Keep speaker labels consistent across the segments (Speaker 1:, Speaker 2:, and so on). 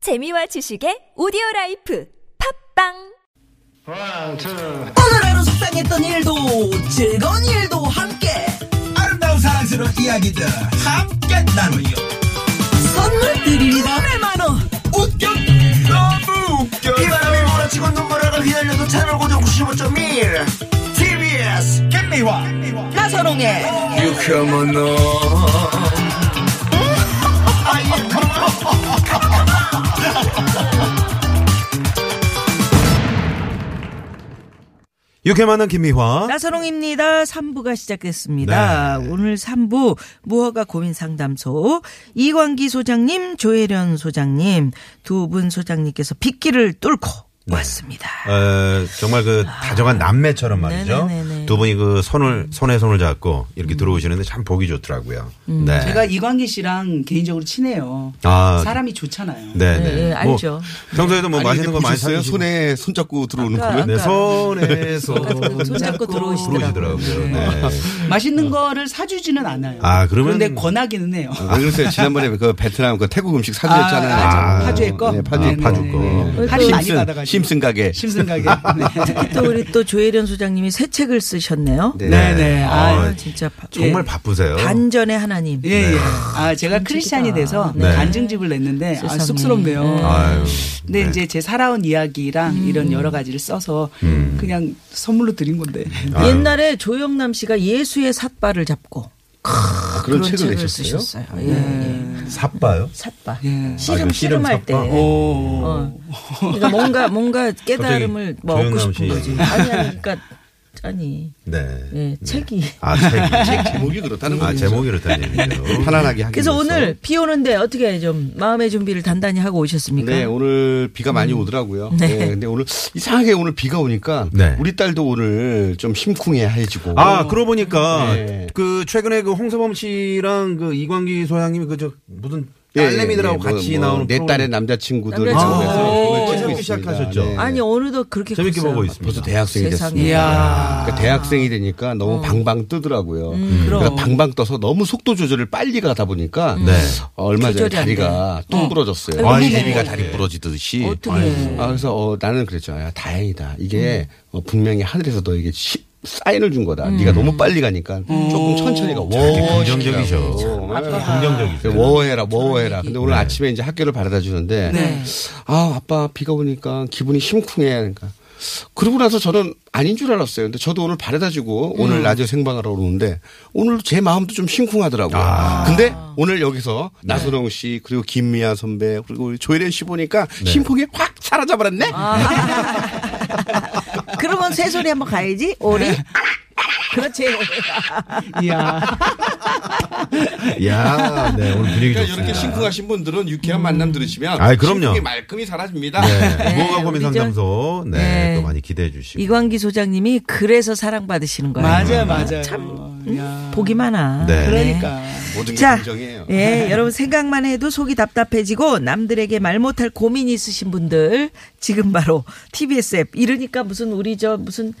Speaker 1: 재미와 지식의 오디오 라이프 팝빵
Speaker 2: One, two.
Speaker 3: 오늘 하루 속상했던 일도 즐거운 일도 함께
Speaker 4: 아름다운 사랑스러운 이야기들 함께 나누요
Speaker 3: 선물 드립니다 네, 100만원
Speaker 4: 웃겨 너무 웃겨
Speaker 2: 이 바람이 몰아치고 눈물을 휘날려도 채널 고정 95.1 TBS
Speaker 4: 김미화
Speaker 3: 나선홍의
Speaker 2: 유쾌한 너
Speaker 5: 유쾌 만난 김미화.
Speaker 3: 나선홍입니다 3부가 시작됐습니다 오늘 3부 무허가 고민 상담소 이광기 소장님 조혜련 소장님 두 분 소장님께서 빗길을 뚫고 왔습니다
Speaker 5: 에, 정말 그 다정한 남매처럼 말이죠.
Speaker 3: 네네네네.
Speaker 5: 두 분이 그 손을 손에 손을 잡고 이렇게 들어오시는데 참 보기 좋더라고요. 네.
Speaker 6: 제가 이광기 씨랑 개인적으로 친해요.
Speaker 5: 아.
Speaker 6: 사람이 좋잖아요.
Speaker 5: 네네. 뭐
Speaker 3: 네, 알죠.
Speaker 5: 평소에도 뭐 맛있는 거 많이 사요
Speaker 7: 보셨어요? 손에 손잡고 들어오는
Speaker 3: 아까-
Speaker 7: 거면
Speaker 5: 네, 손에
Speaker 3: 어, 손잡고 네. 들어오시더라고요
Speaker 5: 손들어오시더라고요.
Speaker 7: 아,
Speaker 5: 네.
Speaker 6: 맛있는 거를 사주지는 않아요.
Speaker 5: 아, 그러면-
Speaker 6: 근데 권하기는 해요.
Speaker 7: 왜 아, 그랬어요? 지난번에 그 베트남 그 태국 음식 사주였잖아요.
Speaker 6: 아, 아, 파주의 거?
Speaker 7: 네, 파주
Speaker 6: 아, 파주 거. 할인 많이 받아가지고.
Speaker 7: 심슨 심슨 가게.
Speaker 6: 심슨 가게.
Speaker 3: 또 우리 또 조혜련 소장님이 새 책을 쓰셨네요
Speaker 7: 네.
Speaker 6: 네, 네. 아,
Speaker 5: 어,
Speaker 3: 진짜 바-
Speaker 5: 정말
Speaker 6: 예.
Speaker 5: 바쁘세요.
Speaker 3: 반전의 하나님
Speaker 6: 예, 예. 아, 제가 크리스찬이 돼서
Speaker 5: 네.
Speaker 6: 간증집을 냈는데 아,
Speaker 3: 세상에.
Speaker 6: 쑥스럽네요.
Speaker 5: 아유.
Speaker 6: 근데 이제 제 살아온 이야기랑
Speaker 3: 음.
Speaker 6: 이런 여러 가지를 써서 그냥 선물로 드린 건데.
Speaker 3: 옛날에 조영남 씨가 예수의 삿발을 잡고
Speaker 7: 아,
Speaker 3: 그런,
Speaker 7: 그런 책을
Speaker 3: 책을,
Speaker 7: 내셨어요?
Speaker 3: 쓰셨어요. 예, 예.
Speaker 5: 삿바요?
Speaker 3: 삿발.
Speaker 5: 네. 아,
Speaker 3: 씨름,
Speaker 6: 예.
Speaker 5: 그 씨름
Speaker 3: 씨름할 때.
Speaker 5: 삿발?
Speaker 6: 오.
Speaker 3: 어. 그러니까 뭔가, 뭔가 깨달음을 뭐 얻고
Speaker 5: 조영남
Speaker 3: 싶은
Speaker 5: 씨
Speaker 3: 거지.
Speaker 5: 얘기.
Speaker 3: 아니, 아니, 그러니까, 아니,
Speaker 5: 네.
Speaker 3: 예, 책이.
Speaker 5: 아, 책.
Speaker 7: 제목이 그렇죠. 그렇다는
Speaker 5: 아,
Speaker 7: 거죠.
Speaker 5: 제목이 그렇다는 얘기예요.
Speaker 7: 편안하게 하기
Speaker 3: 그래서
Speaker 7: 위해서.
Speaker 3: 오늘 비 오는데 어떻게 좀 마음의 준비를 단단히 하고 오셨습니까?
Speaker 6: 그러니까.
Speaker 7: 네, 오늘 비가 많이
Speaker 6: 음.
Speaker 7: 오더라고요. 네. 근데 오늘 이상하게 오늘 비가 오니까
Speaker 5: 네.
Speaker 7: 우리 딸도 오늘 좀 심쿵해해지고.
Speaker 5: 아, 그러고 보니까
Speaker 7: 네.
Speaker 5: 그 최근에 그 홍서범 씨랑 그 이광기 소장님이 그 저 무슨
Speaker 7: 예,
Speaker 5: 딸내미들하고
Speaker 7: 예, 뭐,
Speaker 5: 같이
Speaker 7: 뭐
Speaker 5: 나오는
Speaker 7: 내
Speaker 5: 프로그램.
Speaker 7: 딸의 남자친구들
Speaker 3: 남자친구.
Speaker 5: 아,
Speaker 7: 보면서
Speaker 5: 오,
Speaker 7: 찍고
Speaker 5: 새롭게
Speaker 7: 있습니다.
Speaker 5: 시작하셨죠.
Speaker 7: 네.
Speaker 3: 아니, 오늘도 그렇게
Speaker 5: 재밌게
Speaker 3: 컸어요.
Speaker 5: 보고 있습니다.
Speaker 7: 벌써
Speaker 3: 세상에.
Speaker 7: 대학생이
Speaker 3: 어.
Speaker 7: 됐습니다.
Speaker 6: 이야.
Speaker 7: 그러니까 대학생이 되니까 너무 방방 뜨더라고요.
Speaker 3: 음, 그럼. 음.
Speaker 7: 그러니까 방방 떠서 너무 속도 조절을 빨리 가다 보니까 어, 얼마 전에
Speaker 3: 조절이 안
Speaker 7: 다리가 뚱 부러졌어요.
Speaker 5: 네. 아이고.
Speaker 7: 제비가 다리 부러지듯이.
Speaker 3: 네. 어떡해.
Speaker 7: 아, 그래서 어, 나는 그랬죠. 야, 다행이다. 이게
Speaker 3: 음.
Speaker 7: 어, 분명히 하늘에서 너에게 시- 사인을 준 거다. 네가 너무 빨리 가니까
Speaker 3: 음.
Speaker 7: 조금 천천히 가. 워.
Speaker 5: 긍정적이셔. 긍정적이죠. 네.
Speaker 7: 네, 워해라, 워해라. 근데 오늘 아침에 이제 학교를 바라다 주는데, 아, 아빠 비가 오니까 기분이 심쿵해. 그러니까. 그러고 나서 저는 아닌 줄 알았어요. 근데 저도 오늘 바래다 주고 오늘 라디오 생방하러 오는데 오늘 제 마음도 좀 심쿵하더라고요.
Speaker 5: 아.
Speaker 7: 근데 오늘 여기서 나선홍 씨 그리고 김미아 선배 그리고 우리 조혜련 씨 보니까
Speaker 5: 네.
Speaker 7: 심쿵이 확 사라져 버렸네.
Speaker 3: 아. 그러면 새소리 한번 가야지. 오리. 그렇지.
Speaker 6: 이야.
Speaker 5: 야, 네, 오늘 분위기
Speaker 7: 그러니까 이렇게
Speaker 5: 좋습니다.
Speaker 7: 심쿵하신 분들은 유쾌한 만남 들으시면
Speaker 5: 아이, 그럼요.
Speaker 7: 심쿵이 말끔히 사라집니다.
Speaker 5: 네, 무허가 고민
Speaker 3: 우리 저-
Speaker 5: 상담소 네,
Speaker 3: 네.
Speaker 5: 또 많이 기대해 주시고.
Speaker 3: 이광기 소장님이 그래서 사랑받으시는 거예요.
Speaker 6: 맞아요, 맞아요.
Speaker 3: 참.
Speaker 6: 야.
Speaker 3: 음? 복이 많아.
Speaker 5: 네.
Speaker 6: 그러니까.
Speaker 7: 모든 게
Speaker 3: 자,
Speaker 7: 긍정이에요.
Speaker 3: 예, 여러분 생각만 해도 속이 답답해지고 남들에게 말 못할 고민이 있으신 분들 지금 바로 TBS 앱 이러니까 무슨 우리 저 무슨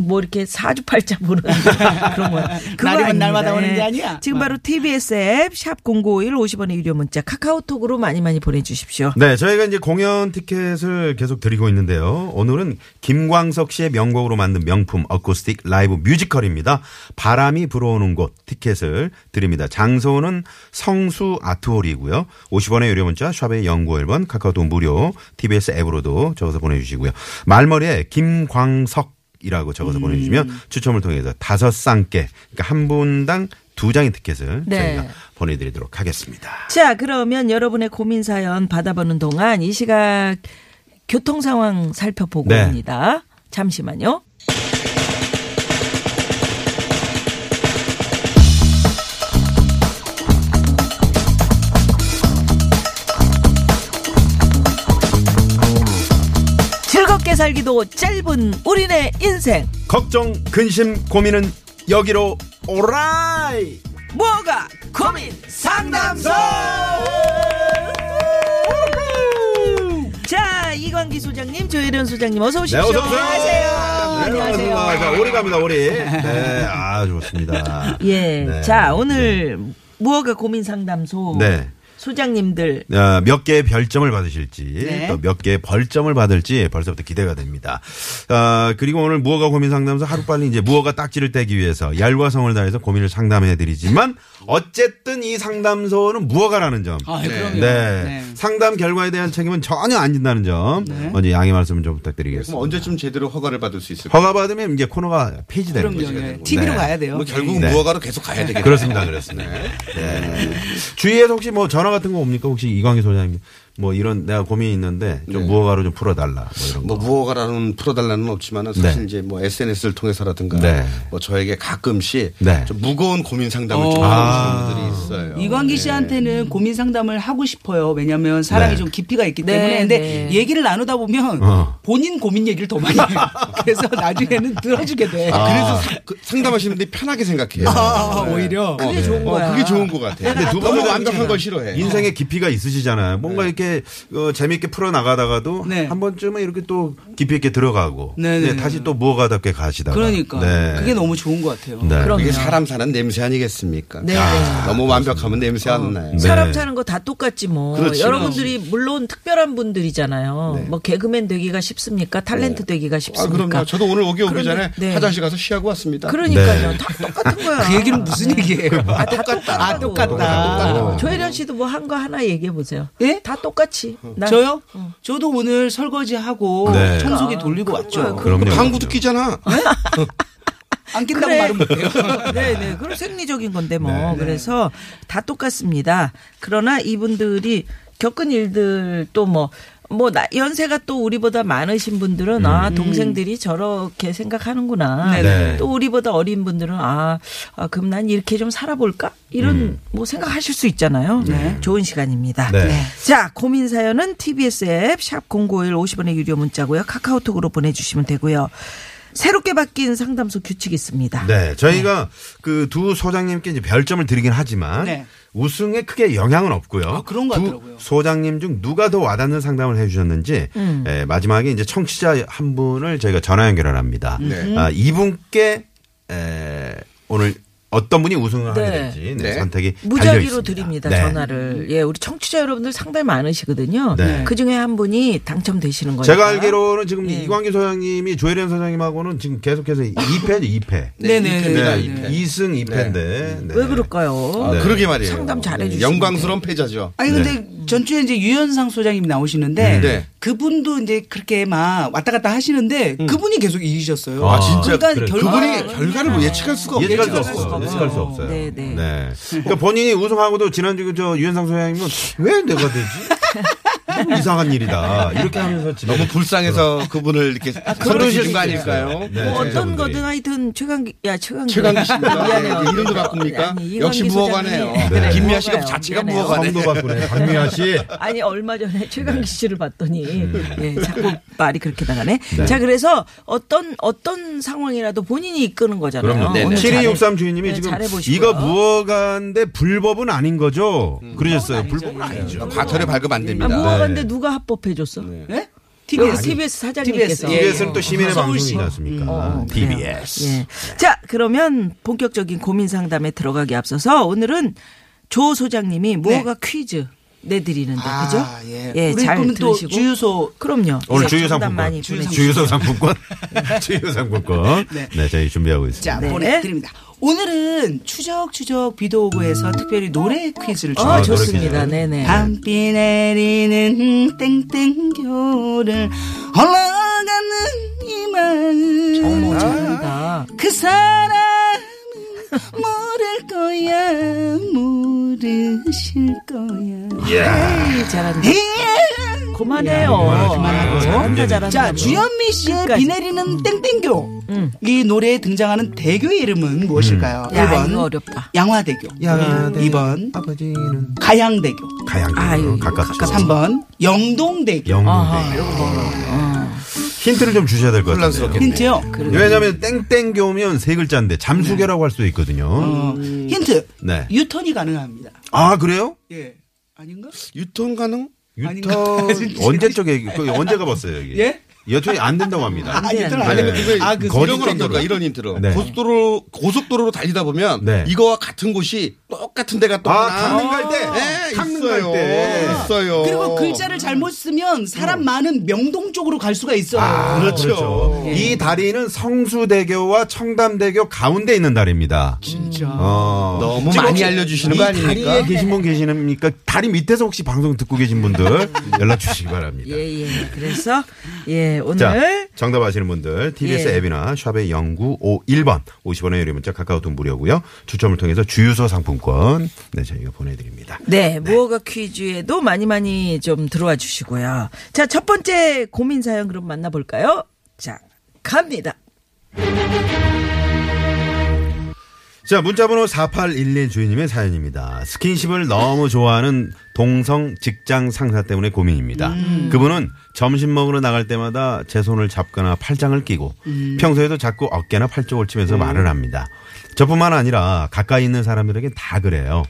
Speaker 3: 뭐 이렇게 사주팔자 보는 그런 거야. 그거
Speaker 6: 날이면
Speaker 3: 아닙니다.
Speaker 6: 날마다 오는
Speaker 3: 예.
Speaker 6: 게 아니야. 어.
Speaker 3: 지금 바로 TBS 앱 샵 0951 50원의 유료 문자 카카오톡으로 많이 많이 보내주십시오.
Speaker 5: 네, 저희가 이제 공연 티켓을 계속 드리고 있는데요. 오늘은 김광석 씨의 명곡으로 만든 명품 어쿠스틱 라이브 뮤지컬입니다. 바람이 불어오는 곳 티켓을 드립니다. 장소는 성수 아트홀이고요. 50원의 유료 문자 샵의 연구 1번 카카오톡 무료 TBS 앱으로도 적어서 보내주시고요. 말머리에 김광석 이라고 적어서 보내주시면 추첨을 통해서 다섯 쌍께 그러니까 한 분당 두 장의 티켓을
Speaker 3: 네.
Speaker 5: 저희가 보내드리도록 하겠습니다.
Speaker 3: 자, 그러면 여러분의 고민 사연 받아보는 동안 이 시각 교통 상황 살펴보고
Speaker 5: 네.
Speaker 3: 옵니다. 잠시만요. 즐겁게 살기도 짧은 우리네 인생
Speaker 5: 걱정, 근심, 고민은 여기로 오라이!
Speaker 3: 뭐가 고민 상담소 자 이광기 소장님 조혜련 소장님 어서
Speaker 5: 네,
Speaker 3: 오십시오
Speaker 7: 네,
Speaker 5: 안녕하세요. 안녕하세요. 자, 오리 갑니다, 오리. 네, 아, 좋습니다.
Speaker 3: 예
Speaker 5: 네.
Speaker 3: 자 오늘 무허가 고민 상담소
Speaker 5: 네.
Speaker 3: 소장님들
Speaker 5: 어, 몇 개의 별점을 받으실지
Speaker 6: 네.
Speaker 5: 또 몇 개의 벌점을 받을지 벌써부터 기대가 됩니다. 아, 그리고 오늘 무허가 고민 상담소 하루빨리 이제 무허가 딱지를 떼기 위해서 얄과 성을 다해서 고민을 상담해 드리지만 어쨌든 이 상담소는 무허가라는 점.
Speaker 6: 아, 네, 그럼요.
Speaker 5: 네.
Speaker 6: 네.
Speaker 5: 상담 결과에 대한 책임은 전혀 안 진다는 점. 먼저 양해 말씀 좀 부탁드리겠습니다.
Speaker 7: 그럼 언제쯤 제대로 허가를 받을 수 있을까?
Speaker 5: 네. 허가 받으면 이제 코너가 폐지되는
Speaker 6: 그럼요.
Speaker 5: 거죠.
Speaker 6: 예. TV로
Speaker 5: 네.
Speaker 6: 가야 돼요.
Speaker 7: 뭐 결국
Speaker 5: 네.
Speaker 7: 무허가로 계속 가야 되겠네.
Speaker 5: 그렇습니다. 그렇습니다. 네. 주위에서 혹시 뭐 전화 같은 거 옵니까? 혹시 이광희 소장님 뭐 이런 내가 고민이 있는데 좀
Speaker 7: 네.
Speaker 5: 무허가로 좀 풀어달라. 뭐 이런 거.
Speaker 7: 뭐 무허가라는 풀어달라는 없지만은 사실
Speaker 5: 네.
Speaker 7: 이제 뭐 SNS를 통해서라든가
Speaker 5: 네.
Speaker 7: 뭐 저에게 가끔씩
Speaker 5: 네.
Speaker 7: 좀 무거운 고민 상담을
Speaker 6: 어.
Speaker 7: 좀
Speaker 5: 아.
Speaker 7: 하는 분들이 있어요.
Speaker 6: 이광기
Speaker 7: 네.
Speaker 6: 씨한테는 고민 상담을 하고 싶어요. 왜냐하면 사랑이
Speaker 5: 네.
Speaker 6: 좀 깊이가 있기
Speaker 3: 네,
Speaker 6: 때문에. 근데
Speaker 3: 네.
Speaker 6: 얘기를 나누다 보면
Speaker 5: 어.
Speaker 6: 본인 고민 얘기를 더 많이 해요. 그래서 나중에는 들어주게 돼.
Speaker 7: 아, 그래서 사- 그 상담하시는데 편하게 생각해요. 네.
Speaker 6: 아, 오히려.
Speaker 3: 그게 좋은 거야.
Speaker 7: 어, 그게 좋은 것 같아요.
Speaker 5: 근데 두
Speaker 7: 너무
Speaker 5: 분은
Speaker 7: 완벽한 걸 싫어해.
Speaker 5: 인생의 깊이가 있으시잖아요. 뭔가 이렇게 어, 재미있게 풀어나가다가도
Speaker 6: 네.
Speaker 5: 한 번쯤은 이렇게 또 깊이 있게 들어가고
Speaker 6: 네, 네,
Speaker 5: 네, 다시
Speaker 6: 네.
Speaker 5: 또 무허가답게 가시다가
Speaker 6: 그러니까
Speaker 5: 네.
Speaker 6: 그게 너무 좋은 것 같아요.
Speaker 5: 네.
Speaker 3: 그럼-
Speaker 7: 이게
Speaker 3: 그럼요.
Speaker 7: 사람 사는 냄새 아니겠습니까?
Speaker 3: 네.
Speaker 7: 아, 너무 완벽하면 냄새 안 나요.
Speaker 5: 네.
Speaker 3: 사람 사는 거 다 똑같지 뭐.
Speaker 7: 그렇지. 네.
Speaker 3: 여러분들이 물론 특별한 분들이잖아요. 뭐 개그맨 되기가 쉽습니까? 탤런트 되기가
Speaker 7: 아,
Speaker 3: 쉽습니까?
Speaker 7: 그럼요. 저도 오늘 오기 오기
Speaker 3: 그런데-
Speaker 7: 전에
Speaker 3: 네.
Speaker 7: 화장실 가서 쉬하고 왔습니다.
Speaker 3: 그러니까요.
Speaker 5: 네.
Speaker 3: 다 똑같은 거야.
Speaker 6: 그 얘기는 무슨 얘기예요?
Speaker 3: 아, 다 똑같다.
Speaker 6: 아, 똑같다.
Speaker 3: 조혜련 씨도 뭐 한 거 하나 얘기해 보세요.
Speaker 6: 예?
Speaker 3: 다 똑같이. 나-
Speaker 6: 저요?
Speaker 3: 어.
Speaker 6: 저도 오늘 설거지하고
Speaker 5: 네.
Speaker 6: 청소기
Speaker 3: 아,
Speaker 6: 돌리고 왔죠.
Speaker 5: 그럼요.
Speaker 7: 방구도 끼잖아.
Speaker 6: 안 낀다고
Speaker 3: 그래.
Speaker 6: 말은 못해요.
Speaker 3: 네네. 그럼 생리적인 건데 뭐.
Speaker 5: 네.
Speaker 3: 그래서 다 똑같습니다. 그러나 이분들이 겪은 일들 또 뭐, 뭐, 나- 연세가 또 우리보다 많으신 분들은 아, 동생들이 저렇게 생각하는구나.
Speaker 5: 음. 네네.
Speaker 3: 또 우리보다 어린 분들은 아, 아, 그럼 난 이렇게 좀 살아볼까? 이런 뭐 생각하실 수 있잖아요. 네. 좋은 시간입니다.
Speaker 5: 음. 네. 네.
Speaker 3: 자, 고민 사연은 TBS 앱 샵 0951 50원의 유료 문자고요. 카카오톡으로 보내주시면 되고요. 새롭게 바뀐 상담소 규칙이 있습니다.
Speaker 5: 네, 저희가 그 두 소장님께 이제 별점을 드리긴 하지만
Speaker 6: 네.
Speaker 5: 우승에 크게 영향은 없고요.
Speaker 6: 아, 그런 것
Speaker 5: 두
Speaker 6: 같더라고요.
Speaker 5: 소장님 중 누가 더 와닿는 상담을 해주셨는지
Speaker 3: 음.
Speaker 5: 예, 마지막에 이제 청취자 한 분을 저희가 전화 연결을 합니다.
Speaker 6: 네.
Speaker 5: 아, 이분께 에, 오늘 어떤 분이 우승을 하게
Speaker 3: 네.
Speaker 5: 될지 네,
Speaker 7: 네.
Speaker 5: 선택이 달려
Speaker 3: 무작위로
Speaker 5: 있습니다.
Speaker 3: 드립니다
Speaker 5: 네.
Speaker 7: 음.
Speaker 3: 전화를 예 우리 청취자 여러분들 상당히 많으시거든요
Speaker 5: 네.
Speaker 3: 그 중에 한 분이 당첨되시는 거예요
Speaker 5: 제가 알기로는 지금
Speaker 3: 네.
Speaker 5: 이광기 소장님이 조혜련 소장님하고는 지금 계속해서 2패죠, 2패.
Speaker 6: 네네.
Speaker 7: 입니다,
Speaker 6: 네.
Speaker 7: 입. 네.
Speaker 5: 2승 2패인데. 네.
Speaker 3: 왜 그럴까요
Speaker 7: 아,
Speaker 5: 네.
Speaker 7: 그러게 말이에요.
Speaker 3: 상담 잘해주시는데.
Speaker 7: 영광스러운 패자죠.
Speaker 6: 아니 근데 전주에 이제 유현상 소장님 나오시는데
Speaker 7: 네.
Speaker 6: 그분도 이제 그렇게 막 왔다 갔다 하시는데 그분이 계속 이기셨어요.
Speaker 5: 아, 진짜?
Speaker 6: 그러니까
Speaker 5: 그래.
Speaker 6: 결과를
Speaker 7: 그분이 결과를 뭐 예측할 수가 없죠.
Speaker 5: 예측할 수
Speaker 6: 예측할 수가
Speaker 5: 없어요.
Speaker 6: 없어요.
Speaker 5: 예측할 수 없어요.
Speaker 3: 네, 네.
Speaker 5: 그러니까 본인이 우승하고도 지난주 그 저 유현상 소장님은 왜 내가 되지? 너무 이상한 일이다. 이렇게 하면서 집에
Speaker 7: 너무 불쌍해서 그분을 이렇게 선택해준 거 아닐까요?
Speaker 5: 네.
Speaker 3: 뭐 어떤
Speaker 5: 청취자분들이.
Speaker 3: 거든 하여튼 최강기 야 최강기
Speaker 7: 최강기 씨입니다.
Speaker 3: 미안해요.
Speaker 7: 네, 이름도 바꿉니까?
Speaker 3: 아니, 이광기
Speaker 7: 역시
Speaker 3: 소장님.
Speaker 7: 무허가네요.
Speaker 5: 네.
Speaker 7: 김미아 씨가
Speaker 3: 무허가예요.
Speaker 7: 자체가
Speaker 3: 미안해요.
Speaker 7: 무허가네. 네.
Speaker 5: 성도 바꾸네. 박미아 씨.
Speaker 3: 아니 얼마 전에 최강기 씨를 봤더니
Speaker 7: 음.
Speaker 3: 예, 자꾸 말이 그렇게 나가네. 자 그래서 어떤 어떤 상황이라도 본인이 이끄는 거잖아요.
Speaker 5: 그럼요.
Speaker 7: 네,
Speaker 3: 오늘 잘해-
Speaker 5: 7263 어? 주인님이
Speaker 3: 네,
Speaker 5: 지금
Speaker 3: 잘해보시고요.
Speaker 5: 이거 무허가인데 불법은 아닌 거죠?
Speaker 3: 음.
Speaker 5: 그러셨어요. 불법은 아니죠.
Speaker 7: 그렇죠. 과태료 발급 안
Speaker 3: 아,
Speaker 7: 됩니다.
Speaker 3: 무허가인데 누가 합법해줬어?
Speaker 6: 예?
Speaker 3: TBS,
Speaker 6: TBS
Speaker 3: TBS 사장님께서
Speaker 6: TBS, 예.
Speaker 5: TBS는 또 시민의
Speaker 6: 서울시.
Speaker 5: 방송이지 않습니까?
Speaker 3: 어,
Speaker 5: 네. TBS.
Speaker 3: 예. 자, 그러면 본격적인 고민 상담에 들어가기 앞서서 오늘은 조 소장님이 무허가 퀴즈 내드리는데
Speaker 6: 아,
Speaker 3: 그죠?
Speaker 6: 예.
Speaker 3: 예,
Speaker 6: 우리
Speaker 3: 잘
Speaker 6: 그러면 또
Speaker 3: 들으시고.
Speaker 6: 주유소
Speaker 3: 그럼요.
Speaker 5: 오늘
Speaker 3: 예,
Speaker 5: 주유
Speaker 3: 상담 많이
Speaker 5: 상품권.
Speaker 3: 보내주세요.
Speaker 5: 주유소 상품권. 주유 상품권. 네, 저희 준비하고
Speaker 6: 자
Speaker 5: 있습니다.
Speaker 6: 보내드립니다. 오늘은 추적추적 비도 오고 해서 특별히 노래 퀴즈를
Speaker 3: 어,
Speaker 5: 아,
Speaker 6: 준비했어요.
Speaker 3: 좋습니다.
Speaker 5: 노래
Speaker 3: 네네.
Speaker 6: 밤비 내리는 땡땡교를 흘러가는 이 마음
Speaker 3: 어머, 잘한다.
Speaker 6: 그 사람은 모를 거야 모르실 거야
Speaker 5: 예.
Speaker 3: 에이, 잘한다.
Speaker 6: 예.
Speaker 3: 그만해요.
Speaker 5: 그만하고
Speaker 3: 잘한다, 잘한다.
Speaker 6: 자 주현미 씨의
Speaker 3: 끝까지. 음.
Speaker 6: 비 내리는 땡땡교 이 노래에 등장하는 대교의 이름은 무엇일까요?
Speaker 3: 야,
Speaker 6: 1번
Speaker 3: 이거 어렵다.
Speaker 6: 양화대교
Speaker 5: 양화대-
Speaker 6: 2번
Speaker 5: 아버지는
Speaker 6: 가양대교
Speaker 5: 가양대로
Speaker 3: 아유,
Speaker 5: 가깝죠.
Speaker 3: 가깝죠.
Speaker 6: 3번 영동대교
Speaker 5: 영대 힌트를 좀 주셔야 될 것 같아요.
Speaker 7: 혼란스럽겠네.
Speaker 6: 힌트요
Speaker 5: 음. 왜냐하면 땡땡교면 세 글자인데 잠수교라고 할 수도 있거든요.
Speaker 6: 어, 힌트
Speaker 5: 네.
Speaker 6: 유턴이 가능합니다.
Speaker 5: 아 그래요?
Speaker 6: 예. 아닌가?
Speaker 7: 유통 가능?
Speaker 5: 유턴
Speaker 6: 아닌가? 진짜.
Speaker 5: 언제 쪽에 거기 언제 가봤어요 여기?
Speaker 6: 예?
Speaker 5: 여튼이 안 된다고 합니다.
Speaker 6: 아, 유턴
Speaker 5: 네.
Speaker 6: 안
Speaker 7: 아니면
Speaker 6: 됩니다.
Speaker 7: 그거
Speaker 6: 아, 그
Speaker 7: 이런 건
Speaker 5: 거짓
Speaker 7: 어떨까?
Speaker 5: 정도로.
Speaker 7: 이런 힌트로
Speaker 5: 네.
Speaker 7: 고속도로 고속도로로 달리다 보면
Speaker 5: 네.
Speaker 7: 이거와 같은 곳이 똑같은 데가 또
Speaker 5: 아,
Speaker 7: 하나.
Speaker 5: 강릉 갈 때?
Speaker 7: 네,
Speaker 5: 강릉
Speaker 7: 있어요.
Speaker 5: 갈 때.
Speaker 7: 있어요.
Speaker 6: 그리고 글자를 잘못 쓰면 사람 많은 명동 쪽으로 갈 수가 있어요.
Speaker 5: 아, 그렇죠. 이 다리는 성수대교와 청담대교 가운데 있는 다리입니다. 진짜.
Speaker 7: 너무 많이 알려주시는 거 아닙니까?
Speaker 5: 다리에 계신 분 계시니까 다리 밑에서 혹시 방송 듣고 계신 분들 연락 주시기 바랍니다.
Speaker 3: 예, 예. 그래서, 예, 오늘.
Speaker 5: 자, 정답 아시는 분들 TBS
Speaker 3: 예.
Speaker 5: 앱이나 샵의 0951번 50원의 유료 문자 카카오톡 무료고요. 추첨을 통해서 주유소 상품권 네, 저희가 보내드립니다.
Speaker 3: 네, 무허가 퀴즈에도 많이 많이 좀 들어와 주시고요. 자, 첫 번째 고민 사연 그럼 만나볼까요? 자, 갑니다.
Speaker 5: 자, 문자번호 4811 주인님의 사연입니다. 스킨십을 너무 좋아하는 동성 직장 상사 때문에 고민입니다. 그분은 점심 먹으러 나갈 때마다 제 손을 잡거나 팔짱을 끼고 평소에도 자꾸 어깨나 팔쪽을 치면서 말을 합니다. 저뿐만 아니라 가까이 있는 사람들에게 다 그래요.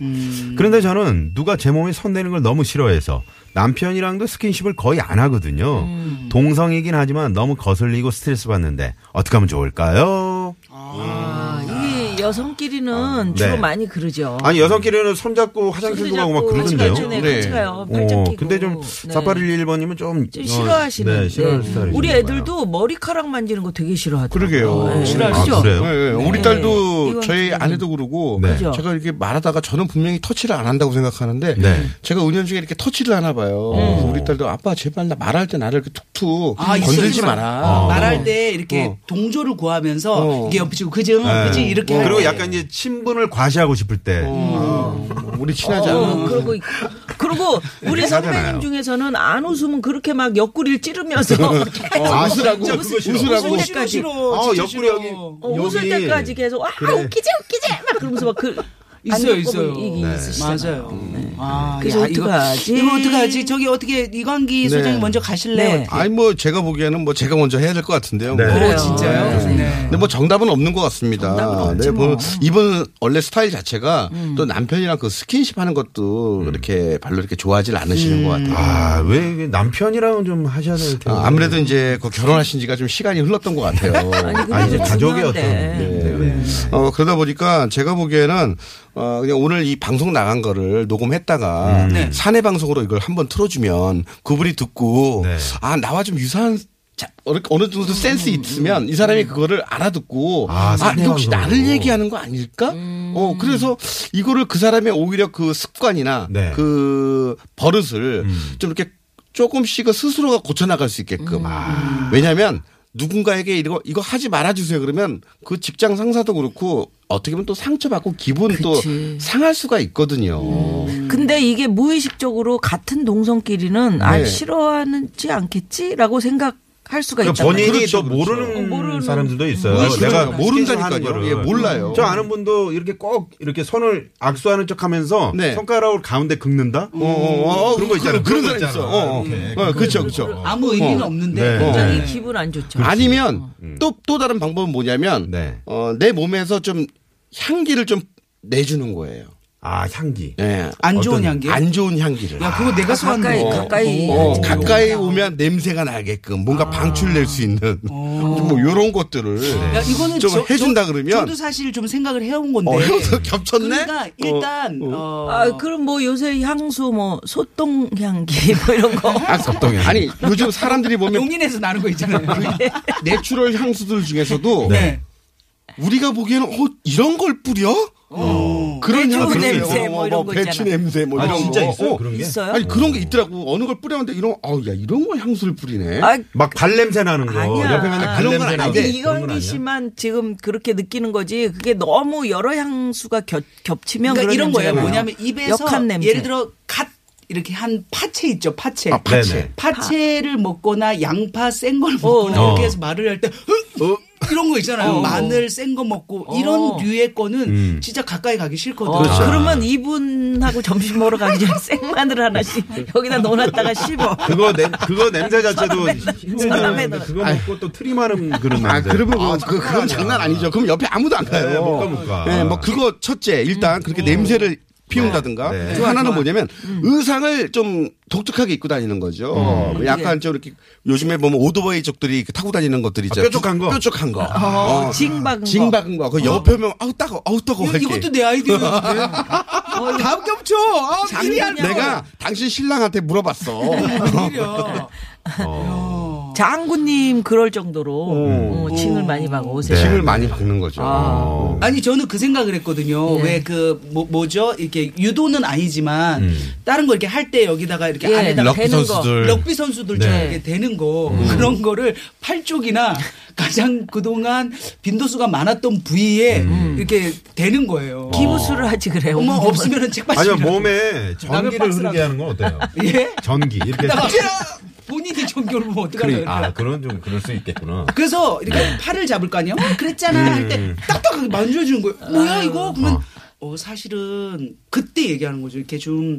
Speaker 5: 그런데 저는 누가 제 몸에 손대는 걸 너무 싫어해서 남편이랑도 스킨십을 거의 안 하거든요. 동성이긴 하지만 너무 거슬리고 스트레스 받는데 어떻게 하면 좋을까요?
Speaker 3: 아, 이게 여성끼리는 주로
Speaker 5: 네.
Speaker 3: 많이 그러죠.
Speaker 5: 아니 여성끼리는 손잡고 화장실도 가고 막
Speaker 3: 손도 잡고
Speaker 5: 그러던데요.
Speaker 3: 같이 가죠. 네, 같이 가요. 팔짱
Speaker 5: 어,
Speaker 3: 끼고.
Speaker 5: 근데 좀
Speaker 3: 네.
Speaker 5: 4811번님은 좀,
Speaker 3: 좀
Speaker 5: 어,
Speaker 3: 싫어하시는
Speaker 5: 네, 싫어하는 스타일이신가
Speaker 3: 우리
Speaker 5: 봐요.
Speaker 3: 애들도 머리카락 만지는 거 되게 싫어하죠.
Speaker 7: 그러게요.
Speaker 3: 싫어하시죠?
Speaker 5: 아, 그래요?
Speaker 7: 예, 예. 우리
Speaker 3: 네.
Speaker 7: 딸도
Speaker 3: 이건
Speaker 7: 저희
Speaker 3: 좀-
Speaker 7: 아내도 그러고
Speaker 5: 네.
Speaker 3: 그죠?
Speaker 7: 제가 이렇게 말하다가 저는 분명히 터치를 안 한다고 생각하는데
Speaker 5: 네. 어.
Speaker 7: 제가 은연중에 이렇게 터치를 하나 봐요. 그래서 우리 딸도 아빠 제발 나 말할 때 나를 이렇게 툭툭
Speaker 6: 아,
Speaker 7: 건들지 마라.
Speaker 6: 어, 말할 때 이렇게
Speaker 7: 어.
Speaker 6: 동조를 구하면서
Speaker 7: 어.
Speaker 6: 이게 옆치고 그죠?
Speaker 5: 네.
Speaker 6: 그지 이렇게 할
Speaker 5: 그리고
Speaker 6: 때.
Speaker 5: 약간 이제 친분을 과시하고 싶을 때.
Speaker 7: 어, 우리 친하자.
Speaker 3: 어, 그러고 있- 그리고 우리
Speaker 5: 하잖아요.
Speaker 3: 선배님 중에서는 안 웃으면 그렇게 막 옆구리를 찌르면서
Speaker 7: 어,
Speaker 5: 아,
Speaker 3: 웃을
Speaker 5: 웃으라고?
Speaker 3: 때까지
Speaker 5: 그거 싫어.
Speaker 3: 웃을
Speaker 6: 싫어,
Speaker 3: 때까지
Speaker 6: 싫어.
Speaker 5: 아,
Speaker 6: 진짜
Speaker 5: 옆구리
Speaker 6: 싫어.
Speaker 5: 여기.
Speaker 3: 어, 웃을
Speaker 5: 여기.
Speaker 3: 때까지 계속 와
Speaker 5: 그래.
Speaker 3: 웃기지 웃기지 막 그러면서 막그
Speaker 6: 있어요, 있어요.
Speaker 3: 이게
Speaker 6: 네.
Speaker 3: 있으시잖아요. 네.
Speaker 6: 맞아요. 아,
Speaker 3: 그래서 어떡하지?
Speaker 6: 이거, 이거 어떡하지? 저기 어떻게 이광기 소장님 먼저 가실래요?
Speaker 3: 네.
Speaker 7: 아니 뭐 제가 보기에는 뭐 제가 먼저 해야 될 것 같은데요.
Speaker 5: 네.
Speaker 7: 뭐.
Speaker 5: 그래요.
Speaker 6: 어, 진짜요? 네.
Speaker 7: 근데 뭐 정답은 없는 것 같습니다. 네, 뭐 이분 원래 스타일 자체가 또 남편이랑 그 스킨십 하는 것도
Speaker 5: 음.
Speaker 7: 이렇게 별로 이렇게 좋아하지 않으시는 것 같아요.
Speaker 5: 아, 왜 이게 남편이랑은 좀 하셔야 될 텐데.
Speaker 7: 아, 무래도 이제 그 결혼하신 지가 좀 시간이 흘렀던 것 같아요.
Speaker 5: 네. 아, 이제 가족의 어떤.
Speaker 3: 중요한데.
Speaker 5: 네.
Speaker 7: 어, 그러다 보니까 제가 보기에는 어, 그냥 오늘 이 방송 나간 거를 녹음했다가 사내 방송으로 이걸 한번 틀어주면 그분이 듣고
Speaker 5: 네.
Speaker 7: 아 나와 좀 유사한 자- 어느, 어느 정도 센스 있으면 이 사람이 그거를 알아듣고
Speaker 5: 음. 아,
Speaker 7: 아,
Speaker 5: 사내
Speaker 7: 이거 혹시
Speaker 5: 방송으로.
Speaker 7: 나를 얘기하는 거 아닐까?
Speaker 6: 음.
Speaker 7: 어 그래서 이거를 그 사람의 오히려 그 습관이나
Speaker 5: 네. 음.
Speaker 7: 그 버릇을 좀 이렇게 조금씩은 그 스스로가 고쳐나갈 수
Speaker 6: 음.
Speaker 7: 있게끔.
Speaker 5: 아.
Speaker 7: 왜냐하면 누군가에게 이거 이거 하지 말아주세요 그러면 그 직장 상사도 그렇고 어떻게 보면 또 상처받고 기분 또 상할 수가 있거든요.
Speaker 6: 음.
Speaker 5: 네.
Speaker 3: 근데 이게 무의식적으로 같은 동성끼리는 아
Speaker 7: 네.
Speaker 3: 싫어하는지 않겠지라고 생각할 수가
Speaker 5: 그러니까
Speaker 3: 있잖아요.
Speaker 5: 본인이
Speaker 7: 그렇죠,
Speaker 5: 또 모르는,
Speaker 3: 모르는
Speaker 5: 사람들도 있어요.
Speaker 7: 의식을 하는 거예요.
Speaker 5: 스킨십하는
Speaker 7: 모른다니까요.
Speaker 5: 거를.
Speaker 7: 예, 몰라요.
Speaker 5: 저 아는 분도 이렇게 꼭 이렇게 손을 악수하는 척 하면서
Speaker 7: 네.
Speaker 5: 손가락을 가운데 긁는다?
Speaker 7: 어, 어, 어,
Speaker 5: 그런 거 있잖아요. 그런
Speaker 7: 그런
Speaker 5: 거
Speaker 7: 사람 있어.
Speaker 5: 있잖아.
Speaker 7: 어,
Speaker 5: 이렇게.
Speaker 7: 어, 그렇죠, 그렇죠.
Speaker 6: 아무 의미는 없는데
Speaker 5: 네. 그렇죠.
Speaker 6: 굉장히
Speaker 3: 굉장히 기분 안 좋죠.
Speaker 7: 아니면 또 또 다른 방법은 뭐냐면
Speaker 5: 음. 네.
Speaker 7: 어, 내 몸에서 좀 향기를 좀 내주는 거예요.
Speaker 5: 아, 향기.
Speaker 7: 예.
Speaker 6: 안 좋은
Speaker 5: 어떤
Speaker 6: 향기.
Speaker 7: 안 좋은 향기를.
Speaker 6: 야, 그- 그거 내가 소환
Speaker 3: 아, 가까이
Speaker 6: 거.
Speaker 3: 가까이
Speaker 7: 어,
Speaker 3: 같이
Speaker 7: 가까이 오면 냄새가 나게끔 뭔가
Speaker 6: 아.
Speaker 7: 방출될 수 있는 뭐 이런 것들을
Speaker 6: 야, 이거는
Speaker 7: 좀
Speaker 6: 저-
Speaker 7: 해준다
Speaker 6: 저-
Speaker 7: 그러면
Speaker 6: 저도 사실 좀 생각을 해온 건데.
Speaker 7: 어, 형사 겹쳤네.
Speaker 6: 그러니까 일단 어,
Speaker 3: 아, 그럼 뭐 요새 향수 뭐 소똥 향기 뭐 이런 거.
Speaker 7: 아, 아니 요즘 사람들이 보면
Speaker 6: 용인에서 나는 거 있잖아요.
Speaker 7: 내추럴 향수들 중에서도
Speaker 6: 네.
Speaker 7: 우리가 보기에는 어 이런 걸 뿌려?
Speaker 6: 어.
Speaker 7: 그런
Speaker 3: 배추
Speaker 7: 향수
Speaker 3: 냄새 뭐 이런 거
Speaker 7: 배추
Speaker 3: 있잖아.
Speaker 7: 냄새 뭐 이런
Speaker 5: 진짜
Speaker 7: 거.
Speaker 5: 있어요?
Speaker 7: 어,
Speaker 5: 그런 게?
Speaker 3: 있어요?
Speaker 7: 아니 그런 게 있더라고. 어느 걸 뿌려는데 이런 아야 이런 거 향수를 뿌리네.
Speaker 3: 아,
Speaker 5: 막 발냄새 나는 거.
Speaker 3: 아니야.
Speaker 5: 어, 옆에 가면
Speaker 3: 그런
Speaker 5: 발냄새
Speaker 7: 건
Speaker 5: 나는
Speaker 7: 아니지.
Speaker 5: 거.
Speaker 3: 아니
Speaker 5: 그런 건
Speaker 3: 이건기
Speaker 5: 아니야?
Speaker 3: 씨만 지금 그렇게 느끼는 거지. 그게 너무 여러 향수가 겹, 겹치면
Speaker 6: 그러니까
Speaker 3: 그런
Speaker 6: 이런 거예요.
Speaker 3: 냄새가 나요.
Speaker 6: 뭐냐면 입에서
Speaker 3: 역한 냄새.
Speaker 6: 예를 들어 갓 이렇게 한 파채 있죠. 파채.
Speaker 7: 아, 파채.
Speaker 5: 네네.
Speaker 6: 파채를 먹거나 양파 센 걸 먹거나
Speaker 5: 어.
Speaker 6: 이렇게 해서 말을 할 때 어? 이런 거 있잖아요. 마늘 센 거 먹고 이런 류의 거는 진짜 가까이 가기 싫거든요.
Speaker 5: 그렇죠.
Speaker 3: 그러면 이분하고 점심 먹으러 가기 전에 생마늘 하나씩 여기다 넣어놨다가 씹어.
Speaker 5: 그거 냄 그거 냄새 자체도
Speaker 3: 사람에
Speaker 5: 힘들잖아요.
Speaker 3: 넣어.
Speaker 5: 그거 먹고 또 트림하는 그런
Speaker 7: 아, 어.
Speaker 5: 냄새.
Speaker 7: 그러면 그, 그, 그건 장난 아니죠. 그럼 옆에 아무도 안 가요.
Speaker 5: 네, 못 가, 못 가.
Speaker 7: 네, 뭐 그거 첫째 일단 그렇게 냄새를 피운다든가
Speaker 5: 네.
Speaker 7: 또 하나는 뭐냐면 의상을 좀 독특하게 입고 다니는 거죠.
Speaker 5: 음.
Speaker 7: 뭐 약간 좀 이렇게 요즘에 보면 오토바이족들이 이렇게 타고 다니는 것들이 있잖아요.
Speaker 5: 아, 뾰족한 거?
Speaker 7: 뾰족한 거.
Speaker 3: 어, 징박은 거.
Speaker 7: 징박은 거. 그 옆에 오면 아우 따가워, 아우 따가워.
Speaker 6: 이거,
Speaker 7: 어, 할게.
Speaker 6: 이것도 내 아이디어였는데. 다 겹쳐. 아, 미리 알
Speaker 7: 내가 네. 당신 신랑한테 물어봤어.
Speaker 6: 미리야.
Speaker 3: 어, 장군님 그럴 정도로 어, 칭을 많이 받고 오세요.
Speaker 5: 네.
Speaker 7: 짐을 많이 박는 거죠.
Speaker 5: 어.
Speaker 6: 아니 저는 그 생각을 했거든요.
Speaker 3: 네.
Speaker 6: 왜 그 뭐, 죠 이렇게 유도는 아니지만 다른 거 이렇게 할 때 여기다가 이렇게
Speaker 3: 예.
Speaker 6: 안에다가
Speaker 5: 음. 네. 럭비
Speaker 3: 되는 거.
Speaker 5: 선수들. 네. 음.
Speaker 6: 럭비 선수들처럼 이렇게 되는 거 그런 거를 팔쪽이나 가장 그동안 빈도수가 많았던 부위에
Speaker 5: 음.
Speaker 6: 이렇게 되는 거예요.
Speaker 3: 기부수를 하지 그래요.
Speaker 6: 어머 없으면은 책받침.
Speaker 5: 어. 아니요 뭐- 몸에 전기를
Speaker 3: 박스라도.
Speaker 5: 흐르게 하는 건 어때요?
Speaker 6: 예?
Speaker 5: 전기 이렇게.
Speaker 6: 본인이 전교를 보면
Speaker 5: 그래,
Speaker 6: 어떡하려고
Speaker 5: 아 그런 좀 그럴 수 있겠구나.
Speaker 6: 그래서 이렇게 팔을 잡을 거 아니에요? 어, 그랬잖아 할
Speaker 7: 음.
Speaker 6: 때 딱딱하게 만져주는 거예요. 뭐야 이거? 그러면 어, 사실은 그때 얘기하는 거죠. 이렇게 좀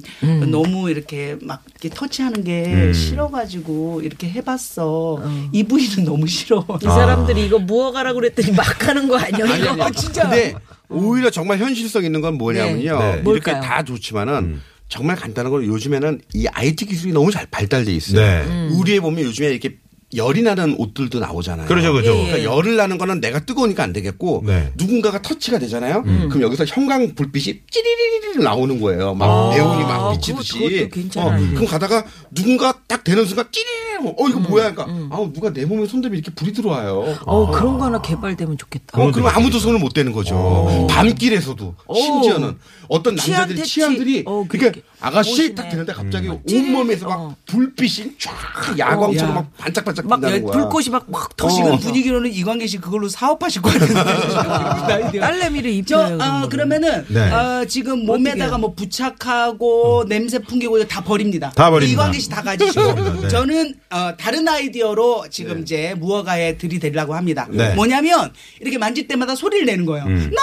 Speaker 6: 너무 이렇게 막 이렇게 터치하는 게
Speaker 7: 음.
Speaker 6: 싫어가지고 이렇게 해봤어. 이 부위는 너무 싫어.
Speaker 5: 아.
Speaker 3: 이 사람들이 이거 무어가라 그랬더니 막 하는 거 아니에요?
Speaker 7: 아니,
Speaker 3: 이거?
Speaker 7: 아니, 아니. 근데 오히려 정말 현실성 있는 건 뭐냐면요.
Speaker 5: 네. 네.
Speaker 7: 이렇게
Speaker 3: 뭘까요?
Speaker 7: 다 좋지만은
Speaker 5: 음.
Speaker 7: 정말 간단한 건 요즘에는 이 IT 기술이 너무 잘 발달돼 있어요.
Speaker 5: 네.
Speaker 3: 음.
Speaker 7: 우리의 보면 요즘에 이렇게 열이 나는 옷들도 나오잖아요.
Speaker 5: 그렇죠, 그렇죠.
Speaker 3: 예,
Speaker 7: 러니까 열을 나는 거는 내가 뜨거우니까 안 되겠고
Speaker 5: 네. 음.
Speaker 7: 누군가가 터치가 되잖아요. 그럼 여기서 형광 불빛이 찌리리리리 나오는 거예요. 막
Speaker 5: 아.
Speaker 7: 네온이 막
Speaker 3: 아,
Speaker 7: 비치듯이.
Speaker 3: 그거- 그것도 음. 괜찮은 아이디어.
Speaker 7: 그럼 가다가 누군가 딱 되는 순간 찌리리리 하고 어
Speaker 3: 음.
Speaker 7: 이거 뭐야? 그러니까 아우 누가 내 몸에 손대면 이렇게 불이 들어와요.
Speaker 5: 아.
Speaker 3: 어, 그런 거 하나 개발되면 좋겠다.
Speaker 7: 어, 그럼 아무도 손을 못 대는 거죠. 밤길에서도 심지어는 어떤
Speaker 3: 치안
Speaker 7: 남자들이
Speaker 3: 퇴치.
Speaker 7: 취향들이
Speaker 3: 어,
Speaker 7: 그러니까
Speaker 3: 그렇게.
Speaker 7: 아가씨
Speaker 3: 멋있네.
Speaker 7: 딱 되는데 갑자기
Speaker 3: 찌릿.
Speaker 7: 온몸에서 막
Speaker 3: 어.
Speaker 7: 불빛이 쫙 야광처럼
Speaker 6: 야.
Speaker 7: 막 반짝반짝
Speaker 3: 막
Speaker 7: 빛나는
Speaker 3: 열-
Speaker 7: 거야. 어.
Speaker 3: 불꽃이 막 막
Speaker 6: 지금
Speaker 3: 터지는 분위기.
Speaker 6: 분위기로는 이광계 씨 그걸로 사업하실 거 같은데.
Speaker 3: 어. 딸내미를
Speaker 6: 저,
Speaker 3: 입혀요.
Speaker 6: 아, 그러면은,
Speaker 5: 네.
Speaker 6: 어, 지금 몸에다가 뭐 부착하고 냄새 풍기고 다 버립니다.
Speaker 5: 다 버립니다.
Speaker 6: 이광기 씨 다 가지시고.
Speaker 5: 네.
Speaker 6: 저는, 어, 다른 아이디어로 지금 이제 무허가에 들이대려고 합니다.
Speaker 5: 네.
Speaker 6: 뭐냐면, 이렇게 만질 때마다 소리를 내는 거예요. 나!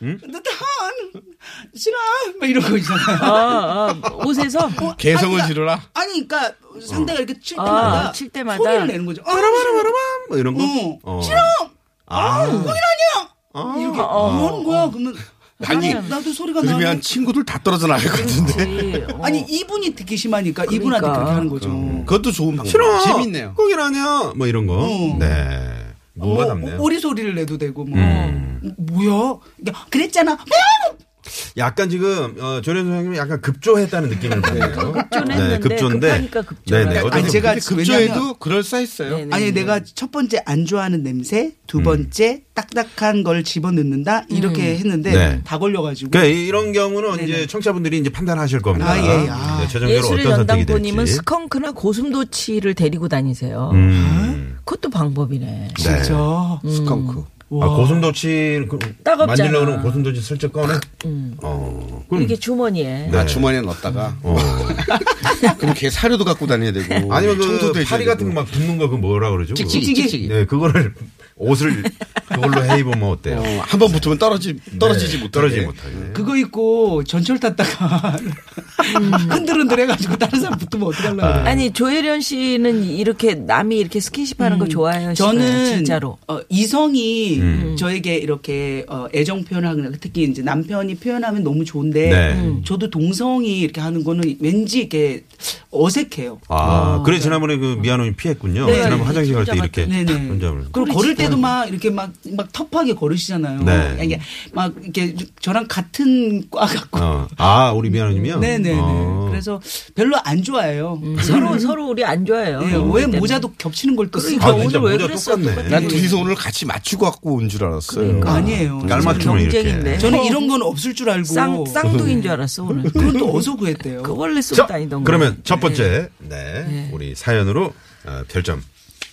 Speaker 6: 나, 나, 싫어! 막 이런 거 있잖아요.
Speaker 3: 아, 아, 옷에서
Speaker 7: 개성을
Speaker 6: 아니, 그러니까-
Speaker 7: 지르라.
Speaker 6: 아니, 그러니까 상대가 이렇게 칠
Speaker 3: 아,
Speaker 6: 때마다,
Speaker 3: 칠 때마다.
Speaker 6: 소리를 내는 거죠. 아,
Speaker 5: 바라바라바라밤 뭐 이런 거.
Speaker 6: 응.
Speaker 5: 어.
Speaker 6: 음. 싫어! 아, 거긴 아니야! 이렇게,
Speaker 3: 어.
Speaker 6: 뭐 하는 거야? 그러면.
Speaker 7: 아니,
Speaker 6: 아니, 나도 소리가 나네.
Speaker 7: 그러면 친구들 다 떨어져 나갈 것 같은데.
Speaker 3: 예, 어.
Speaker 6: 아니 이분이 듣기 심하니까 이분한테 그렇게 하는 거죠. 뭐
Speaker 7: 그것도 좋은 방법.
Speaker 5: 싫어.
Speaker 7: 재밌네요.
Speaker 5: 거긴 아니야. 뭐 이런 거. 네. 뭐가 남네요. 음.
Speaker 6: 오리 소리를 내도 되고 뭐 뭐야? 야, 그랬잖아. 뭐!
Speaker 5: 약간 지금 어, 조련 선생님 약간 급조했다는 느낌을 받네요.
Speaker 3: 급조했는데 급하니까 급조를
Speaker 5: 네네.
Speaker 3: 하죠.
Speaker 5: 어쨌든
Speaker 6: 아니, 제가
Speaker 7: 근데 급조해도
Speaker 6: 왜냐면-
Speaker 7: 그럴싸했어요.
Speaker 3: 네, 네.
Speaker 6: 아니 내가 첫 번째 안 좋아하는 냄새, 두
Speaker 5: 음.
Speaker 6: 번째 딱딱한 걸 집어 넣는다 이렇게 했는데
Speaker 5: 네.
Speaker 6: 다 걸려가지고.
Speaker 5: 그러니까 이런 경우는 이제 청취자분들이 이제 판단하실 겁니다.
Speaker 6: 아, 예, 아.
Speaker 5: 네, 최종적으로
Speaker 3: 예술의
Speaker 5: 어떤 선택이
Speaker 3: 연당포님은
Speaker 5: 될지.
Speaker 3: 스컹크나 아? 고슴도치를 데리고 다니세요.
Speaker 5: 음.
Speaker 3: 그것도 방법이네.
Speaker 6: 진짜.
Speaker 7: 음. 스컹크.
Speaker 5: 아, 고슴도치 그,
Speaker 3: 따갑잖아. 음.
Speaker 5: 만들려고 그러면 고슴도치 슬쩍 꺼내. 어. 그럼 어.
Speaker 3: 이게 주머니에.
Speaker 7: 아, 주머니에 넣었다가.
Speaker 5: 음.
Speaker 7: 어, 그럼 걔 사료도 갖고 다녀야 되고.
Speaker 5: 아니면 그
Speaker 7: 청소도 해줘야
Speaker 5: 파리 같은
Speaker 7: 되고.
Speaker 5: 거 막 붙는 거 그 뭐라 그러죠? 그거?
Speaker 7: 찍찍이, 찍찍이.
Speaker 5: 네, 그거를 옷을 그걸로 해 입으면 어때요?
Speaker 7: 어, 한번 붙으면 떨어지, 떨어지지
Speaker 5: 네,
Speaker 7: 못하게.
Speaker 5: 떨어지지 못하게.
Speaker 6: 그거 입고 전철 탔다가 음. 흔들흔들 해가지고 다른 사람 붙으면 어떡하려고. 그래.
Speaker 3: 아니 조혜련 씨는 이렇게 남이 이렇게 스킨십 하는 거 좋아해요? 싫어요?
Speaker 6: 음. 저는
Speaker 3: 진짜로. 음.
Speaker 6: 어, 이성이
Speaker 5: 음.
Speaker 6: 저에게 이렇게 어, 애정 표현을 하거나 특히 이제 남편이 표현하면 너무 좋은데
Speaker 5: 네. 음.
Speaker 6: 저도 동성이 이렇게 하는 거는 왠지 이게 어색해요.
Speaker 5: 아, 그래 지난번에 그 미아노님 피했군요.
Speaker 6: 네.
Speaker 5: 지난번 화장실 갈 때
Speaker 3: 혼자
Speaker 5: 이렇게
Speaker 6: 네네.
Speaker 5: 손잡을.
Speaker 6: 그리고 걸을 때도 막 이렇게 막, 막 터프하게 걸으시잖아요.
Speaker 5: 네.
Speaker 6: 이게 막 이렇게 저랑 같은 과 같고.
Speaker 5: 어. 아, 우리 미아노님이요?
Speaker 6: 그 네네네.
Speaker 5: 어.
Speaker 6: 그래서 별로 안 좋아해요.
Speaker 3: 서로 서로 우리 안 음. 좋아해요.
Speaker 6: 네,
Speaker 3: 이럴
Speaker 6: 음. 왜
Speaker 3: 때는.
Speaker 6: 모자도 겹치는 걸 또 쓰고.
Speaker 5: 아,
Speaker 3: 그러니까
Speaker 5: 진짜
Speaker 3: 오늘 왜
Speaker 5: 모자
Speaker 3: 그랬어?
Speaker 5: 똑같네.
Speaker 7: 난 둘이서 오늘 같이 맞추고 갖고 온 줄 알았어요.
Speaker 5: 그러니까.
Speaker 6: 그러니까. 아니에요.
Speaker 5: 깔맞춤을 이렇게.
Speaker 3: 경쟁인데. 어,
Speaker 6: 저는 이런 건 없을 줄 알고.
Speaker 3: 쌍 쌍둥이인 줄 알았어 오늘.
Speaker 6: 그건 또 어디서 구했대요?
Speaker 3: 그 원래 쓰고
Speaker 5: 자,
Speaker 3: 다니던 거.
Speaker 5: 그러면 첫 번째, 네, 우리 사연으로 어, 별점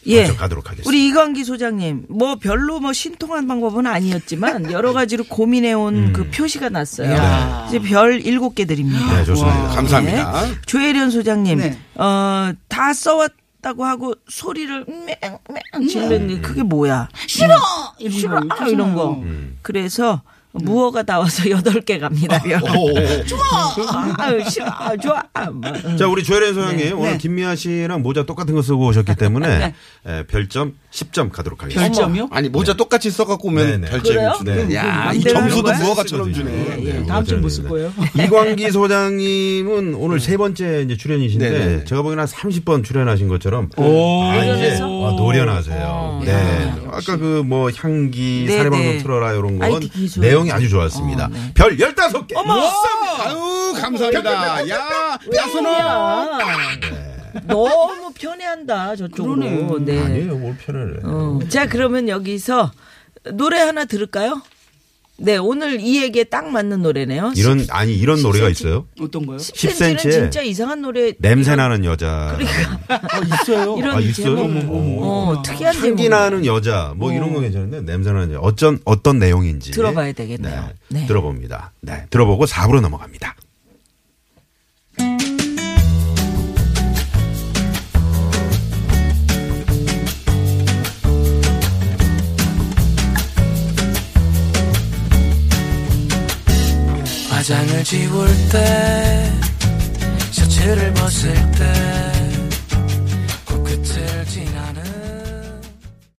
Speaker 3: 예.
Speaker 5: 가져가도록 하겠습니다.
Speaker 3: 우리 이광기 소장님, 뭐 별로 뭐 신통한 방법은 아니었지만 여러 가지로 고민해온 그 표시가 났어요. 이제 별 일곱 개 드립니다.
Speaker 5: 음. 네, 좋습니다.
Speaker 7: 감사합니다.
Speaker 3: 네. 조혜련 소장님,
Speaker 6: 네.
Speaker 3: 어, 다 써왔다고 하고 소리를 맹맹 질르는
Speaker 5: 음.
Speaker 3: 게 그게 뭐야?
Speaker 6: 싫어! 이런
Speaker 3: 싫어!
Speaker 6: 거 있잖아요.
Speaker 3: 이런 거. 음.
Speaker 5: 음.
Speaker 3: 그래서 무어가 나와서 여덟 개
Speaker 5: 아,
Speaker 3: 갑니다.
Speaker 5: 어.
Speaker 7: 어,
Speaker 3: 좋아! 아유, 싫어! 아, 좋아! 아, 뭐.
Speaker 5: 자, 우리 조혜련 소장님 오늘 김미아 씨랑 모자 똑같은 거 쓰고 오셨기 때문에 에, 별점 10점 가도록 하겠습니다.
Speaker 6: 별점이요?
Speaker 7: 아니 모자 똑같이 써갖고 오면
Speaker 5: 네. 네네.
Speaker 3: 그래요?
Speaker 7: 별점이 주네. 야, 이
Speaker 3: 맘대로 하는
Speaker 7: 점수도
Speaker 3: 거야?
Speaker 7: 부어갖춰
Speaker 5: 네,
Speaker 7: 주네.
Speaker 5: 네, 네,
Speaker 6: 다음
Speaker 5: 네,
Speaker 3: 뭐
Speaker 6: 주엔 못쓸
Speaker 5: 네.
Speaker 6: 거예요.
Speaker 5: 이광기 소장님은 오늘 세 번째 이제 출연이신데
Speaker 7: 네, 네.
Speaker 5: 제가 보기엔 한 30번 출연하신 것처럼
Speaker 6: 오.
Speaker 5: 아, 이제
Speaker 3: 노련해서? 어,
Speaker 5: 아, 노련하세요. 네. 아까 그 뭐 향기
Speaker 3: 네,
Speaker 5: 사례방송
Speaker 3: 네. 어,
Speaker 5: 틀어라 이런 건
Speaker 3: 아이, 되게 좋아요.
Speaker 5: 내용이 아주 좋았습니다.
Speaker 3: 네.
Speaker 5: 별 15개.
Speaker 7: 아유 감사합니다. 야, 야선호.
Speaker 3: 너무 편애한다 저쪽으로. 네.
Speaker 5: 네. 아니에요. 뭘 편을. 해.
Speaker 3: 어. 자 그러면 여기서 노래 하나 들을까요? 네 오늘 이 얘기에 딱 맞는 노래네요.
Speaker 5: 이런 아니 이런 노래가 있어요.
Speaker 6: 어떤 거요?
Speaker 3: 10cm는
Speaker 5: 10cm.
Speaker 3: 진짜 이상한 노래.
Speaker 5: 냄새 나는 여자.
Speaker 7: 있어요.
Speaker 3: 그러니까. 이런
Speaker 5: 아 있어요?
Speaker 3: 제목. 뭐, 어, 특이한
Speaker 5: 음, 향기
Speaker 3: 제목
Speaker 5: 나는 여자 뭐 이런 거 괜찮은데 냄새 나는 여자. 어쩐 어떤 내용인지
Speaker 3: 들어봐야 되겠네요.
Speaker 5: 네.
Speaker 3: 네.
Speaker 5: 들어봅니다. 네. 들어보고 4부로 넘어갑니다.
Speaker 8: 화장을 지울 때 셔츠를 벗을 때